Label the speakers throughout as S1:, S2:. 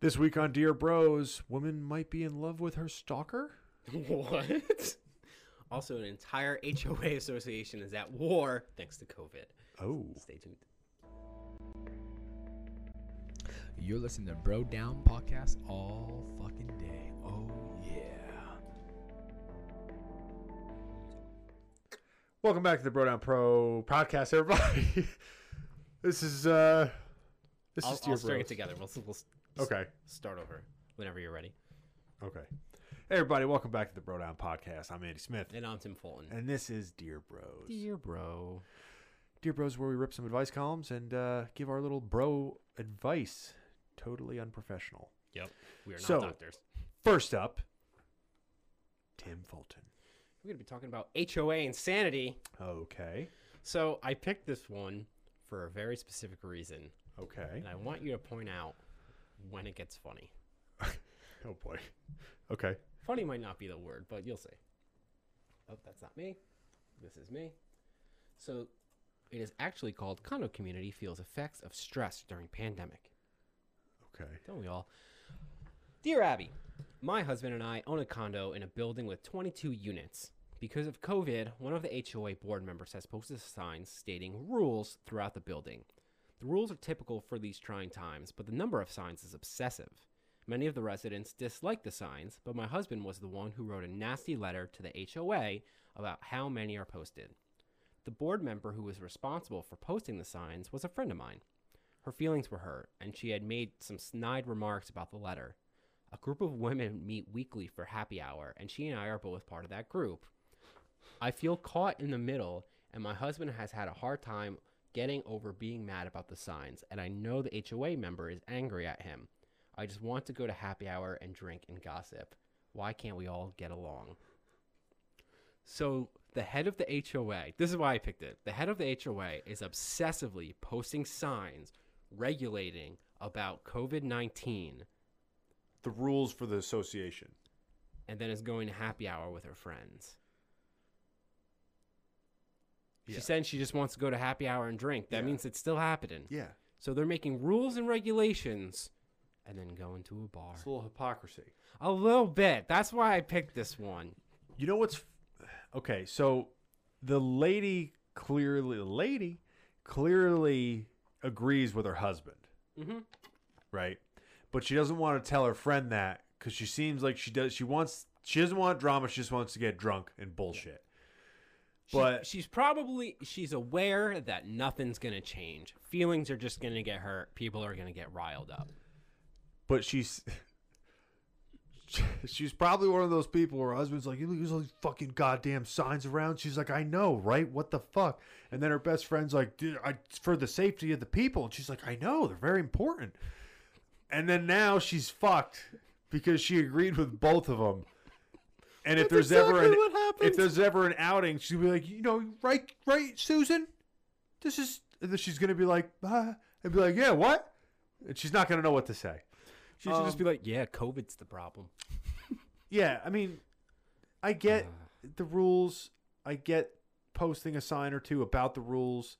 S1: This week on Dear Bros, woman might be in love with her stalker.
S2: What? Also, an entire HOA association is at war thanks to COVID.
S1: Oh,
S2: Stay tuned.
S3: You're listening to Bro Down Podcast all fucking day. Oh, yeah.
S1: welcome back to the Bro Down Pro podcast, everybody. this is uh, this
S2: I'll,
S1: is Dear
S2: I'll string it
S1: Bros.
S2: together. We'll, we'll s-
S1: Okay,
S2: start over whenever you're ready.
S1: okay. Hey, everybody, welcome back to the Bro Down Podcast. I'm Andy Smith,
S2: And I'm Tim Fulton.
S1: and this is Dear Bros.
S2: Dear bro.
S1: Dear Bros, where we rip some advice columns and uh, give our little bro advice. Totally unprofessional.
S2: Yep. We are not
S1: So-
S2: doctors.
S1: First up, Tim Fulton.
S2: We're going to be talking about HOA insanity.
S1: Okay,
S2: So I picked this one for a very specific reason.
S1: okay.
S2: And I want you to point out when it gets funny.
S1: Oh boy. Okay.
S2: Funny might not be the word, but you'll see. Oh, that's not me. This is me. So it is actually called condo community feels effects of stress during pandemic.
S1: Okay.
S2: Don't we all? Dear Abby, my husband and I own a condo in a building with 22 units. Because of COVID, one of the HOA board members has posted signs stating rules throughout the building. The rules are typical for these trying times, but the number of signs is obsessive. Many of the residents dislike the signs, but my husband was the one who wrote a nasty letter to the HOA about how many are posted. The board member who was responsible for posting the signs was a friend of mine. Her feelings were hurt, and she had made some snide remarks about the letter. A group of women meet weekly for happy hour, and she and I are both part of that group. I feel caught in the middle, and my husband has had a hard time getting over being mad about the signs, and I know the HOA member is angry at him. I just want to go to happy hour and drink and gossip. Why can't we all get along? So the head of the HOA, this is why I picked it. The head of the HOA is obsessively posting signs regulating about COVID 19
S1: The rules for the association.
S2: and then is going to happy hour with her friends. She said she just wants to go to happy hour and drink. That
S1: Yeah.
S2: means it's still happening.
S1: Yeah.
S2: So they're making rules and regulations and then going to a bar.
S1: It's a little hypocrisy.
S2: A little bit. That's why I picked this one.
S1: You know what's okay? So the lady clearly, the lady clearly agrees with her husband, mm-hmm. right? But she doesn't want to tell her friend that because she seems like she does. She wants. She doesn't want drama. She just wants to get drunk and bullshit.
S2: She-
S1: But-
S2: she's probably she's aware that nothing's gonna change. Feelings are just gonna get hurt. People are gonna get riled up.
S1: But she's. She's probably one of those people where her husband's like, "You look, there's all these fucking goddamn signs around. She's like, I know, right? What the fuck? And then her best friend's like, Dude, I, it's for the safety of the people. And she's like, I know, they're very important. And then now she's fucked because she agreed with both of them. And if
S2: That's
S1: there's ever
S2: exactly
S1: an,
S2: what happens.
S1: if there's ever an outing, she'll be like, you know, right, right, Susan, this is. And then she's gonna be like, ah, and be like, yeah, what? And she's not gonna know what to say.
S2: She should just be like, "Yeah, COVID's the problem."
S1: Yeah, I mean, I get
S2: Uh.
S1: the rules. I get posting a sign or two about the rules,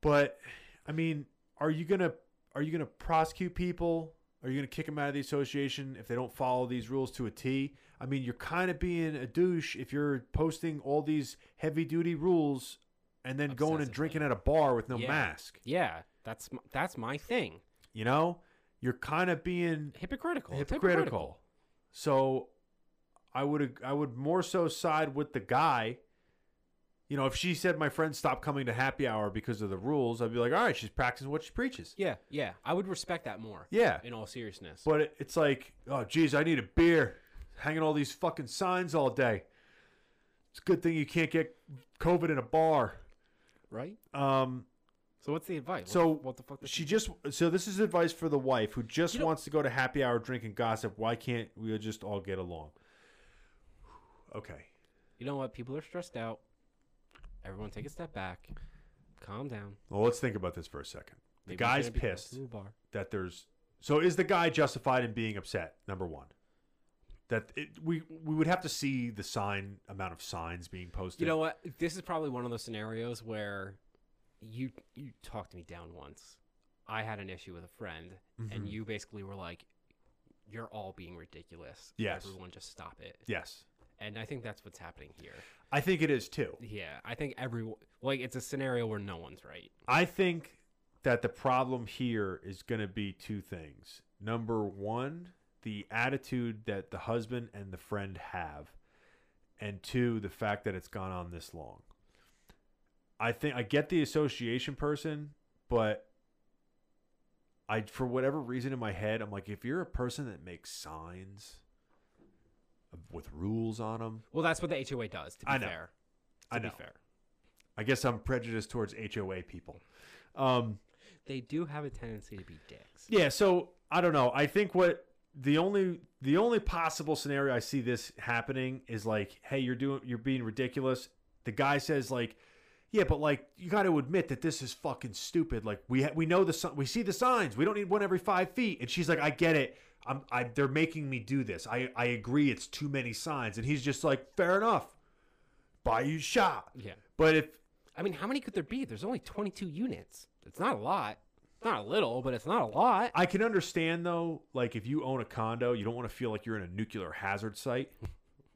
S1: but I mean, are you gonna are you gonna prosecute people? Are you gonna kick them out of the association if they don't follow these rules to a T? I mean, you're kind of being a douche if you're posting all these heavy duty rules and then going and
S2: Obsessively.
S1: drinking at a bar with no
S2: Yeah.
S1: mask.
S2: Yeah, that's m- that's my thing.
S1: You know, you're kind of being
S2: Hypocritical. It's
S1: hypocritical. So I would I would more so side with the guy. You know, if she said my friend stopped coming to happy hour because of the rules, I'd be like, all right, she's practicing what she preaches.
S2: Yeah, yeah. I would respect that more.
S1: Yeah.
S2: In all seriousness.
S1: But it, it's like, oh geez, I need a beer. Hanging all these fucking signs all day. It's a good thing you can't get COVID in a bar.
S2: right.
S1: Um,
S2: So what's the advice?
S1: So
S2: what, what the fuck? does
S1: She just so this is advice for the wife who just
S2: know-
S1: wants to go to happy hour, drink and gossip. Why can't we just all get along? Okay,
S2: you know what? People are stressed out. Everyone, take a step back. Calm down.
S1: well let's think about this for a second. The
S2: Maybe
S1: guy's
S2: shouldn't be going
S1: pissed
S2: to a bar.
S1: that there's so is the guy justified in being upset? Number one, that it, we we would have to see the sign amount of signs being posted.
S2: You know what? This is probably one of those scenarios where you you talked me down once. I had an issue with a friend, and
S1: Mhm.
S2: you basically were like, "You're all being ridiculous.
S1: Yes.
S2: everyone just stop it."
S1: Yes.
S2: And I think that's what's happening here.
S1: I think it is too.
S2: Yeah, I think everyone like it's a scenario where no one's right.
S1: I think that the problem here is going to be two things. Number one, the attitude that the husband and the friend have, and two, the fact that it's gone on this long. I think I get the association person, but I, for whatever reason in my head, I'm like, if you're a person that makes signs with rules on them,
S2: Well, that's what the HOA does. To be
S1: I know.
S2: fair, to
S1: I
S2: be
S1: know.
S2: fair,
S1: I guess I'm prejudiced towards HOA people. Um,
S2: they do have a tendency to be dicks.
S1: Yeah, so I don't know. I think what the only the only possible scenario I see this happening is like, hey, you're doing you're being ridiculous. The guy says like, yeah, but like you got to admit that this is fucking stupid. Like we ha- we know the si- we see the signs. We don't need one every five feet. And she's like, I get it. I'm I they're making me do this. I I agree. It's too many signs. And he's just like, fair enough. Buy you shot.
S2: Yeah.
S1: But if
S2: I mean, how many could there be? There's only 22 units. It's not a lot. It's not a little, but it's not a lot.
S1: I can understand though, like if you own a condo, you don't want to feel like you're in a nuclear hazard site.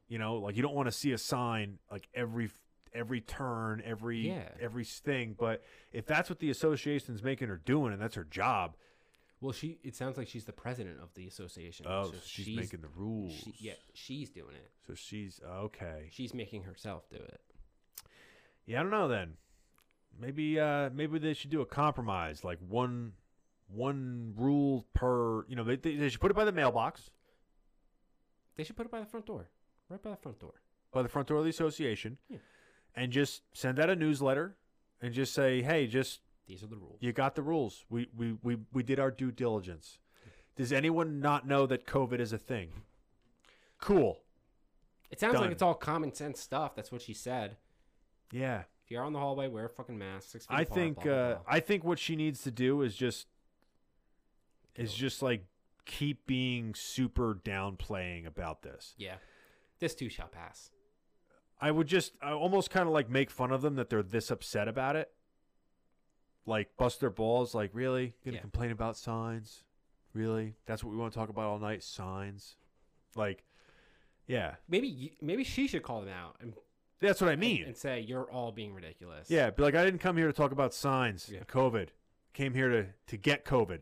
S1: You know, like you don't want to see a sign like every every turn, every
S2: Yeah.
S1: every thing. But if that's what the association's making her doing, and that's her job,
S2: Well, she. It sounds like she's the president of the association.
S1: oh,
S2: so
S1: she's, making the rules.
S2: She, yeah, she's doing it.
S1: So she's okay.
S2: She's making herself do it.
S1: Yeah, I don't know. Then maybe uh maybe they should do a compromise, like one one rule per. You know, they, they, they should put it by the mailbox,
S2: They should put it by the front door, right by the front door.
S1: by the front door of the association.
S2: Yeah.
S1: and just send out a newsletter and just say, "Hey, just
S2: These are the rules.
S1: you got the rules. We we we we did our due diligence." Does anyone not know that COVID is a thing? Cool.
S2: It sounds
S1: Done.
S2: like it's all common sense stuff. That's what she said.
S1: Yeah,
S2: If you're out in the hallway, wear a fucking mask. Six feet
S1: I
S2: apart,
S1: think
S2: blah, blah,
S1: uh,
S2: blah.
S1: I think what she needs to do is just is just like keep being super downplaying about this.
S2: yeah, this too shall pass.
S1: I would just I almost kind of like make fun of them that they're this upset about it. Like bust their balls. Like really, gonna
S2: Yeah.
S1: complain about signs? Really? That's what we want to talk about all night? Signs? Like, yeah,
S2: Maybe you, maybe she should call them out and
S1: that's what I
S2: and,
S1: mean.
S2: and say you're all being ridiculous.
S1: Yeah, be like, I didn't come here to talk about signs.
S2: Yeah.
S1: COVID. Came here to to get COVID.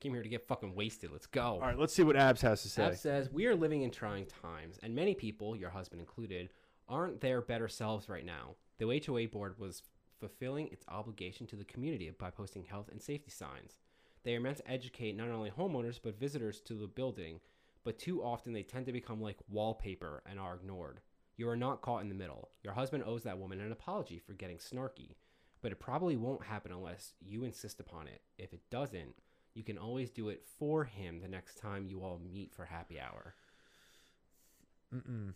S2: came here to get fucking wasted. Let's go.
S1: All right, let's see what Abs has to say.
S2: Seb says, We are living in trying times, and many people, your husband included, aren't their better selves right now. The HOA board was fulfilling its obligation to the community by posting health and safety signs. They are meant to educate not only homeowners but visitors to the building, but too often they tend to become like wallpaper and are ignored. You are not caught in the middle. Your husband owes that woman an apology for getting snarky, but it probably won't happen unless you insist upon it. If it doesn't, you can always do it for him the next time you all meet for happy hour.
S1: Mm-mm.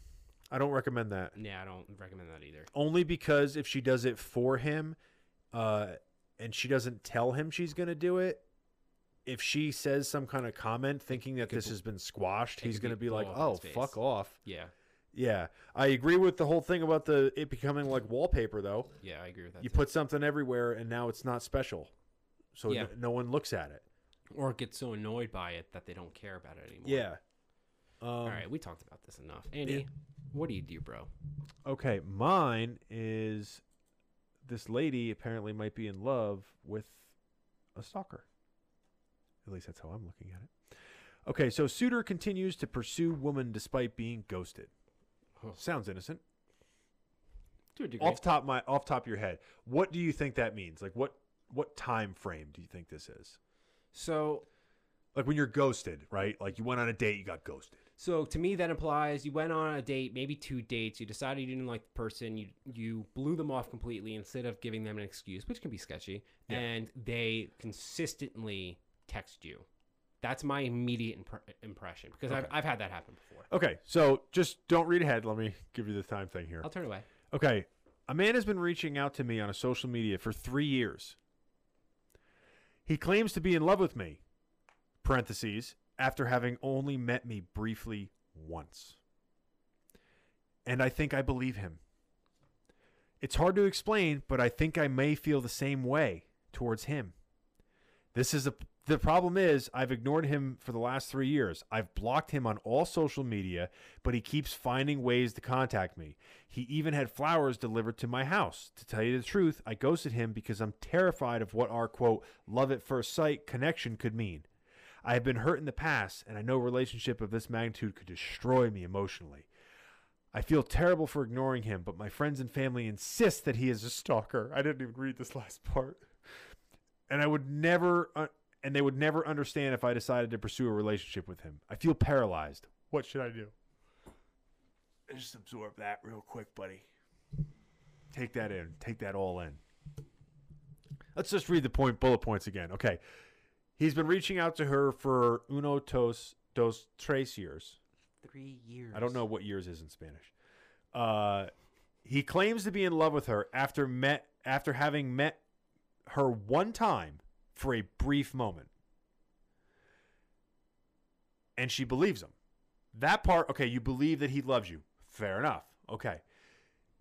S1: I don't recommend that.
S2: Yeah, I don't recommend that either.
S1: Only because if she does it for him, uh, and she doesn't tell him she's gonna do it, if she says some kind of comment thinking that
S2: could
S1: this
S2: bl-
S1: has been squashed,
S2: it could
S1: he's gonna
S2: be
S1: be like,
S2: blow
S1: "Oh,
S2: up in his
S1: fuck
S2: face."
S1: off."
S2: Yeah,
S1: Yeah, I agree with the whole thing about the it becoming like wallpaper though.
S2: yeah, I agree with that.
S1: you
S2: too.
S1: put something everywhere, and now it's not special, so
S2: Yeah.
S1: no, no one looks at it.
S2: or get so annoyed by it that they don't care about it anymore.
S1: Yeah. Um,
S2: All right, we talked about this enough. Andy, what do you do, bro?
S1: Okay, mine is this lady apparently might be in love with a stalker. At least that's how I'm looking at it. Okay, so suitor continues to pursue woman despite being ghosted.
S2: Huh.
S1: Sounds innocent.
S2: To a degree.
S1: Off top my off top of your head, what do you think that means? Like what what time frame do you think this is?
S2: so,
S1: Like when you're ghosted, right? Like you went on a date, you got ghosted.
S2: so to me, that implies you went on a date, maybe two dates. You decided you didn't like the person. You you blew them off completely instead of giving them an excuse, which can be sketchy.
S1: Yeah.
S2: And they consistently text you. That's my immediate impre- impression because I've,
S1: Okay.
S2: I've had that happen before.
S1: Okay, so just don't read ahead. Let me give you the time thing here.
S2: I'll turn away.
S1: Okay. A man has been reaching out to me on a social media for three years. He claims to be in love with me, parentheses, after having only met me briefly once. And I think I believe him. It's hard to explain, but I think I may feel the same way towards him. This is a the problem is I've ignored him for the last 3 years. I've blocked him on all social media, but he keeps finding ways to contact me. He even had flowers delivered to my house. To tell you the truth, I ghosted him because I'm terrified of what our quote love at first sight connection could mean. I have been hurt in the past, and I know a relationship of this magnitude could destroy me emotionally. I feel terrible for ignoring him, but my friends and family insist that he is a stalker. I didn't even read this last part. And I would never uh, and they would never understand if I decided to pursue a relationship with him. I feel paralyzed. What should I do? Just absorb that real quick, buddy. Take that in. Take that all in. Let's just read the point bullet points again. Okay. He's been reaching out to her for uno tos dos tres years.
S2: Three years.
S1: I don't know what years is in Spanish. Uh, he claims to be in love with her after met after having met her one time for a brief moment, and she believes him. That part, okay, you believe that he loves you. Fair enough. Okay.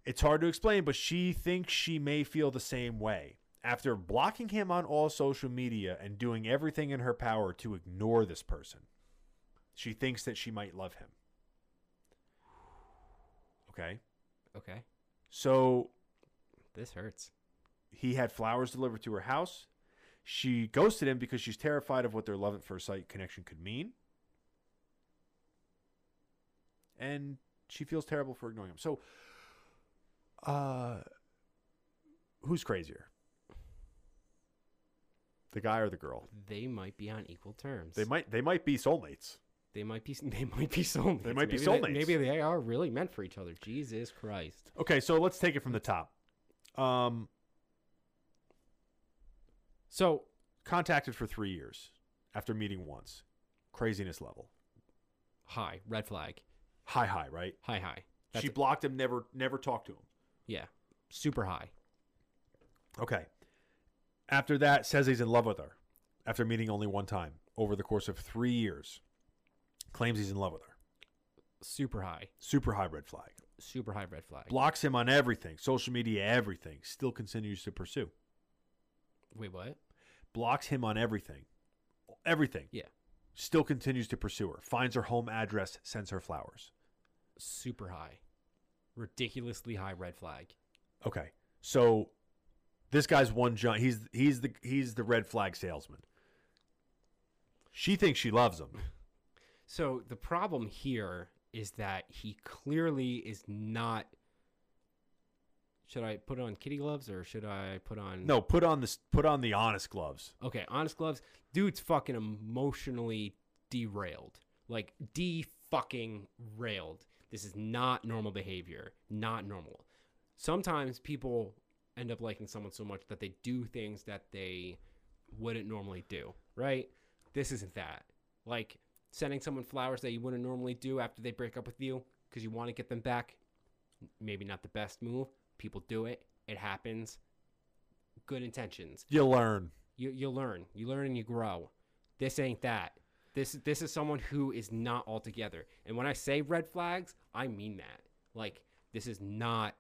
S1: It's hard to explain, but she thinks she may feel the same way. After blocking him on all social media and doing everything in her power to ignore this person, she thinks that she might love him. Okay.
S2: Okay.
S1: So
S2: This hurts.
S1: he had flowers delivered to her house. She ghosted him because she's terrified of what their love at first sight connection could mean. And she feels terrible for ignoring him. So uh who's crazier? The guy or the girl?
S2: They might be on equal terms.
S1: They might they might be soulmight.
S2: They might be. They might be soulmates.
S1: They might be
S2: maybe
S1: soulmates.
S2: maybe they are really meant for each other. Jesus Christ.
S1: Okay, so let's take it from the top. Um
S2: So
S1: contacted for 3 years after meeting once. Craziness level.
S2: high red flag.
S1: High high, right?
S2: High high. That's
S1: she blocked him, never never talked to him.
S2: yeah. Super high.
S1: Okay. After that, says he's in love with her. After meeting only one time over the course of three years, claims he's in love with her.
S2: Super high.
S1: Super high red flag.
S2: Super high red flag.
S1: Blocks him on everything, social media, everything. Still continues to pursue.
S2: Wait, what?
S1: Blocks him on everything, everything.
S2: Yeah.
S1: Still continues to pursue her. Finds her home address, sends her flowers.
S2: Super high. Ridiculously high red flag.
S1: Okay, so this guy's one giant. He's he's the he's the red flag salesman. She thinks she loves him.
S2: So the problem here is that he clearly is not. Should I put on kitty gloves or should I put on
S1: No, put on this. Put on the honest gloves.
S2: Okay, honest gloves. Dude's fucking emotionally derailed. Like de fucking railed. This is not normal behavior. Not normal. Sometimes people end up liking someone so much that they do things that they wouldn't normally do, right? This isn't that. Like sending someone flowers that you wouldn't normally do after they break up with you because you want to get them back. Maybe not the best move. People do it. It happens. Good intentions
S1: You learn.
S2: you you learn you learn and you grow this ain't that this this is someone who is not all together and when i say red flags i mean that like this is not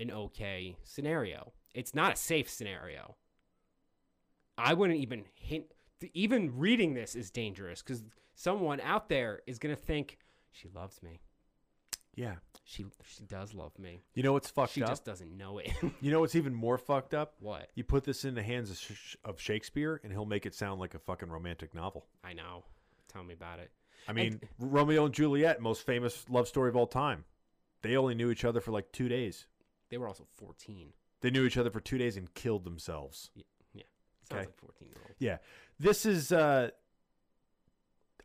S2: an okay scenario it's not a safe scenario i wouldn't even hint th- even reading this is dangerous because someone out there is gonna think she loves me
S1: Yeah.
S2: she she does love me
S1: You know what's fucked
S2: she
S1: up?
S2: just doesn't know it
S1: you know what's even more fucked up?
S2: what
S1: You put this in the hands of, Sh- of Shakespeare, and he'll make it sound like a fucking romantic novel.
S2: i know tell me about it
S1: I mean, Romeo and Juliet, most famous love story of all time. They only knew each other for like two days.
S2: they were also 14
S1: They knew each other for two days and killed themselves.
S2: Yeah, yeah. Sounds
S1: Okay.
S2: like fourteen year old.
S1: Yeah. This is uh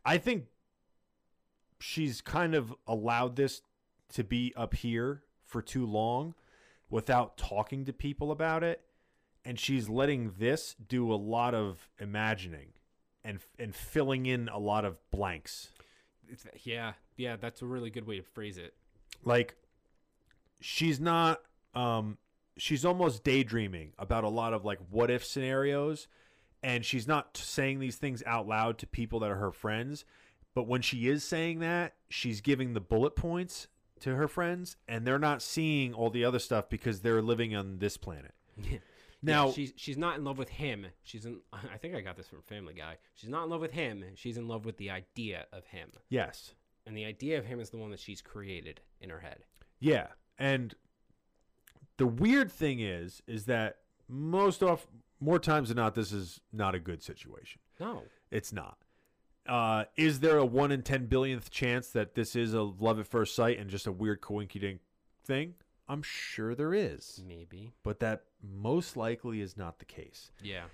S1: I think she's kind of allowed this to be up here for too long without talking to people about it and she's letting this do a lot of imagining and and filling in a lot of blanks.
S2: It's, yeah, yeah. That's a really good way to phrase it.
S1: Like she's not um she's almost daydreaming about a lot of like what if scenarios and she's not t- saying these things out loud to people that are her friends but when she is saying that she's giving the bullet points to her friends and they're not seeing all the other stuff because they're living on this planet Now,
S2: she's she's not in love with him. She's in. I think I got this from Family Guy. She's not in love with him. She's in love with the idea of him,
S1: yes,
S2: and the idea of him is the one that she's created in her head.
S1: yeah, and the weird thing is, is that most of more times than not, this is not a good situation.
S2: No,
S1: It's not. Uh, is there a one in ten billionth chance that this is a love at first sight and just a weird coinkydink thing? I'm sure there is,
S2: maybe.
S1: but that most likely is not the case.
S2: Yeah,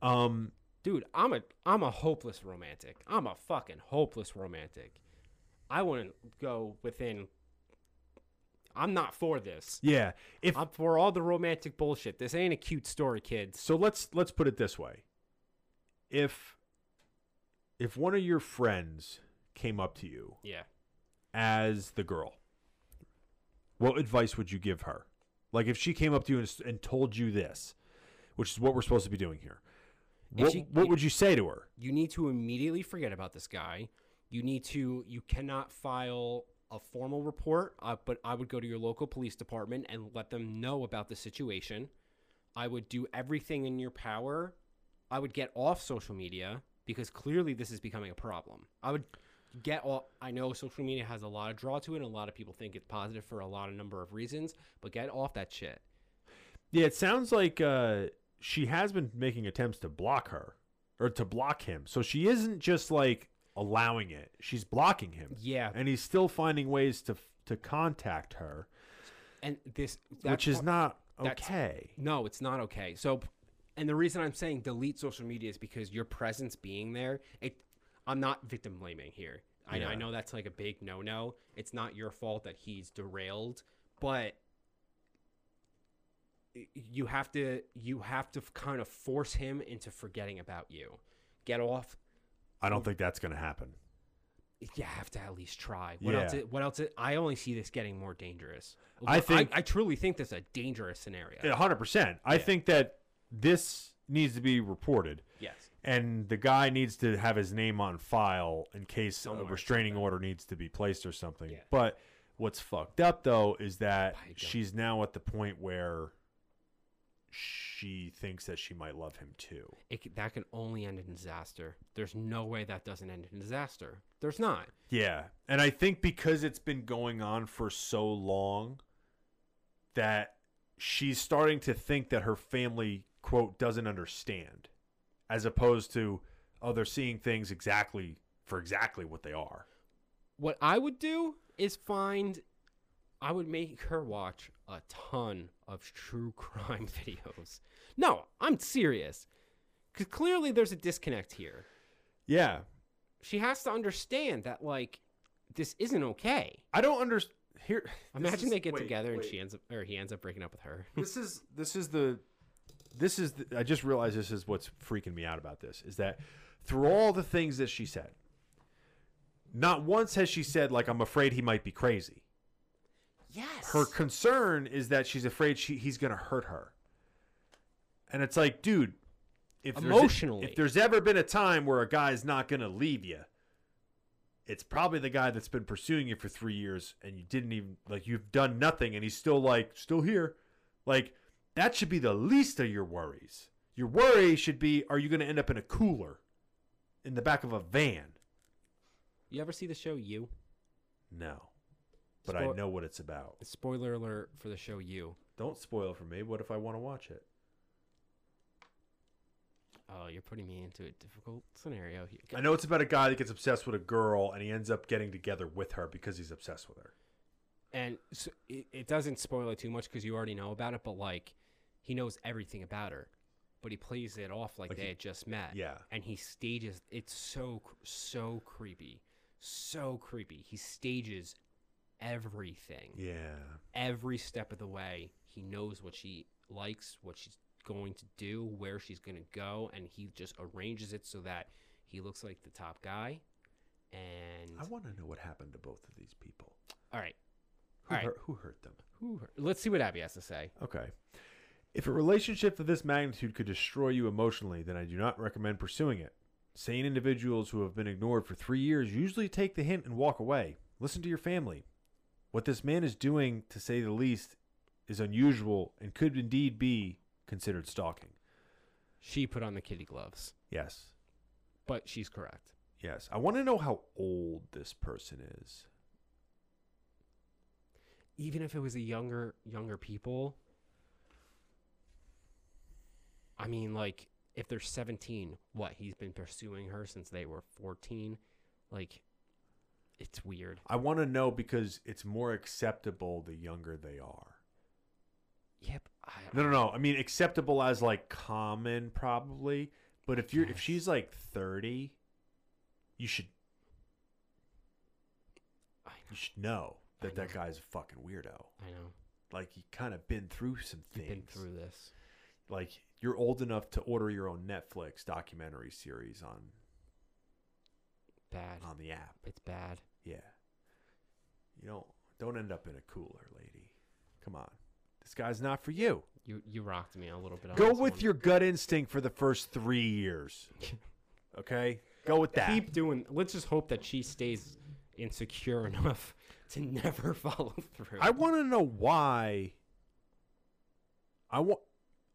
S1: Um,
S2: dude, I'm a I'm a hopeless romantic. I'm a fucking hopeless romantic. I wouldn't go within. I'm not for this.
S1: yeah. If
S2: I'm for all the romantic bullshit. This ain't a cute story, kids.
S1: so, let's let's put it this way: if if one of your friends came up to you
S2: Yeah.
S1: as the girl, what advice would you give her? Like if she came up to you and, s- and told you this, which is what we're supposed to be doing here,
S2: If
S1: what,
S2: she-
S1: what would you say to her?
S2: you need to immediately forget about this guy. You need to you cannot file a formal report, uh, but I would go to your local police department and let them know about the situation. I would do everything in your power. I would get off social media because clearly this is becoming a problem. I would get off I know social media has a lot of draw to it and a lot of people think it's positive for a lot of number of reasons, but get off that shit.
S1: Yeah, it sounds like uh, she has been making attempts to block her or to block him. So she isn't just like allowing it; she's blocking him.
S2: Yeah.
S1: and he's still finding ways to to contact her,
S2: And this
S1: which is
S2: not.
S1: not
S2: that's-
S1: okay.
S2: No, it's not okay. So, and the reason I'm saying delete social media is because your presence being there, it, I'm not victim blaming here. I,
S1: Yeah.
S2: I know that's like a big no no. It's not your fault that he's derailed, but y- you have to you have to kind of force him into forgetting about you. Get off.
S1: I don't think that's going to happen.
S2: You have to at least try. What else?
S1: Yeah.
S2: What else? I only see this getting more dangerous.
S1: I think-
S2: I, truly think this is a dangerous scenario.
S1: Yeah, hundred percent. I think that this needs to be reported,
S2: Yes.
S1: and the guy needs to have his name on file in case
S2: Somewhere,
S1: a restraining order needs to be placed or something.
S2: Yeah.
S1: But what's fucked up though is that
S2: I don't-
S1: she's now at the point where she thinks that she might love him too.
S2: it, c- that can only end in disaster. There's no way that doesn't end in disaster. There's not.
S1: Yeah, and I think because it's been going on for so long that she's starting to think that her family quote doesn't understand as opposed to oh they're seeing things exactly for exactly what they are.
S2: What I would do is find. I would make her watch a ton of true crime videos. No, I'm serious. Because clearly there's a disconnect here.
S1: Yeah.
S2: She has to understand that, like, this isn't okay.
S1: I don't understand here
S2: Imagine they get together and she ends up, or he ends up breaking up with her.
S1: this is this is the this is the, I just realized this is what's freaking me out about this is that through all the things that she said not once has she said like I'm afraid he might be crazy.
S2: Yes.
S1: her concern is that she's afraid she, he's going to hurt her. And it's like, dude, if there's-
S2: Emotionally.
S1: if there's ever been a time where a guy's not going to leave you, it's probably the guy that's been pursuing you for three years and you didn't even like you've done nothing and he's still like still here. Like that should be the least of your worries. Your worry should be: Are you going to end up in a cooler in the back of a van?
S2: you ever see the show You?
S1: No, but I
S2: Spo-
S1: know what it's about.
S2: Spoiler alert for the show You.
S1: Don't spoil for me. What if I want to watch it?
S2: Oh, you're putting me into a difficult scenario here.
S1: I know it's about a guy that gets obsessed with a girl and he ends up getting together with her because he's obsessed with her.
S2: and so it, it doesn't spoil it too much because you already know about it but like he knows everything about her but he plays it off like,
S1: Like
S2: they
S1: he-
S2: had just met
S1: yeah.
S2: and he stages it's so cr- so creepy so creepy he stages everything
S1: Yeah.
S2: every step of the way he knows what she likes what she's going to do where she's going to go and he just arranges it so that he looks like the top guy and
S1: I want to know what happened to both of these people.
S2: all right
S1: Who,
S2: All right.
S1: hurt, who hurt them?
S2: Whew. let's see what abby has to say
S1: Okay. If a relationship of this magnitude could destroy you emotionally, then I do not recommend pursuing it. Sane individuals who have been ignored for three years usually take the hint and walk away. Listen to your family. What this man is doing, to say the least, is unusual and could indeed be considered stalking.
S2: She put on the kitty gloves,
S1: Yes.
S2: but she's correct.
S1: Yes. I want to know how old this person is.
S2: Even if it was a younger younger people, I mean, like if they're 17, what he's been pursuing her since they were 14, like it's weird.
S1: I want to know because it's more acceptable the younger they are.
S2: Yep. I,
S1: No, no, no. I mean acceptable as like common probably, but if you're if
S2: Yes.
S1: she's like 30, you should
S2: I
S1: you should know
S2: I
S1: that that
S2: know.
S1: guy's a fucking weirdo.
S2: know. I know.
S1: Like you kind of been through some
S2: You've
S1: things.
S2: been through this.
S1: Like you're old enough to order your own Netflix documentary series on
S2: Bad.
S1: on the app.
S2: It's bad.
S1: Yeah. You don't don't end up in a cooler, lady. Come on. This guy's not for you.
S2: You you rocked me a little bit. on
S1: Go
S2: this
S1: with
S2: one.
S1: your gut instinct for the first three years. Okay? Go with that.
S2: Keep doing. Let's just hope that she stays insecure enough to never follow through.
S1: I want to know why. I want.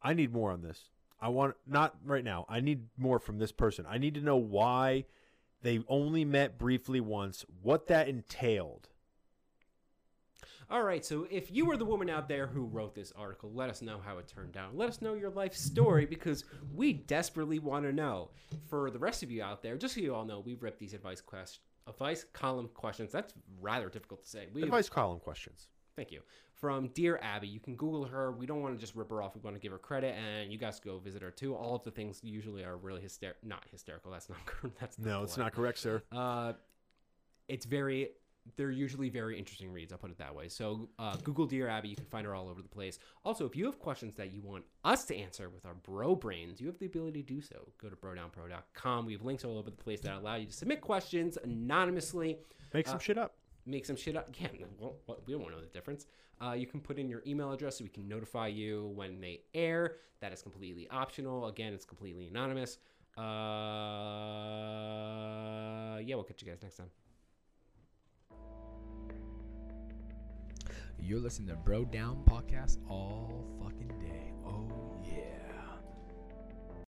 S1: I need more on this. I want not right now. I need more from this person. I need to know why they only met briefly once. What that entailed.
S2: All right. So if you were the woman out there who wrote this article, let us know how it turned out. Let us know your life story because we desperately want to know. For the rest of you out there, just so you all know, we rip these advice quest advice column questions. That's rather difficult to say. We
S1: Advice column questions.
S2: Thank you. From Dear Abby, you can Google her. We don't want to just rip her off. We want to give her credit, and you guys go visit her too. All of the things usually are really hysterical. Not hysterical. That's not. cor- That's
S1: No, it's
S2: polite.
S1: not correct, sir.
S2: Uh, it's very. They're usually very interesting reads. I'll put it that way. So uh, Google Dear Abby. You can find her all over the place. Also, if you have questions that you want us to answer with our bro brains, you have the ability to do so. Go to brodownpro.com. We have links all over the place that allow you to submit questions anonymously
S1: Make some
S2: uh,
S1: shit up.
S2: make some shit up. Yeah, no, well, what- we don't want to know the difference. Uh, you can put in your email address so we can notify you when they air. That is completely optional. Again, it's completely anonymous. Uh, yeah, we'll catch you guys next time.
S3: You're listening to Bro Down Podcast all fucking day. Oh,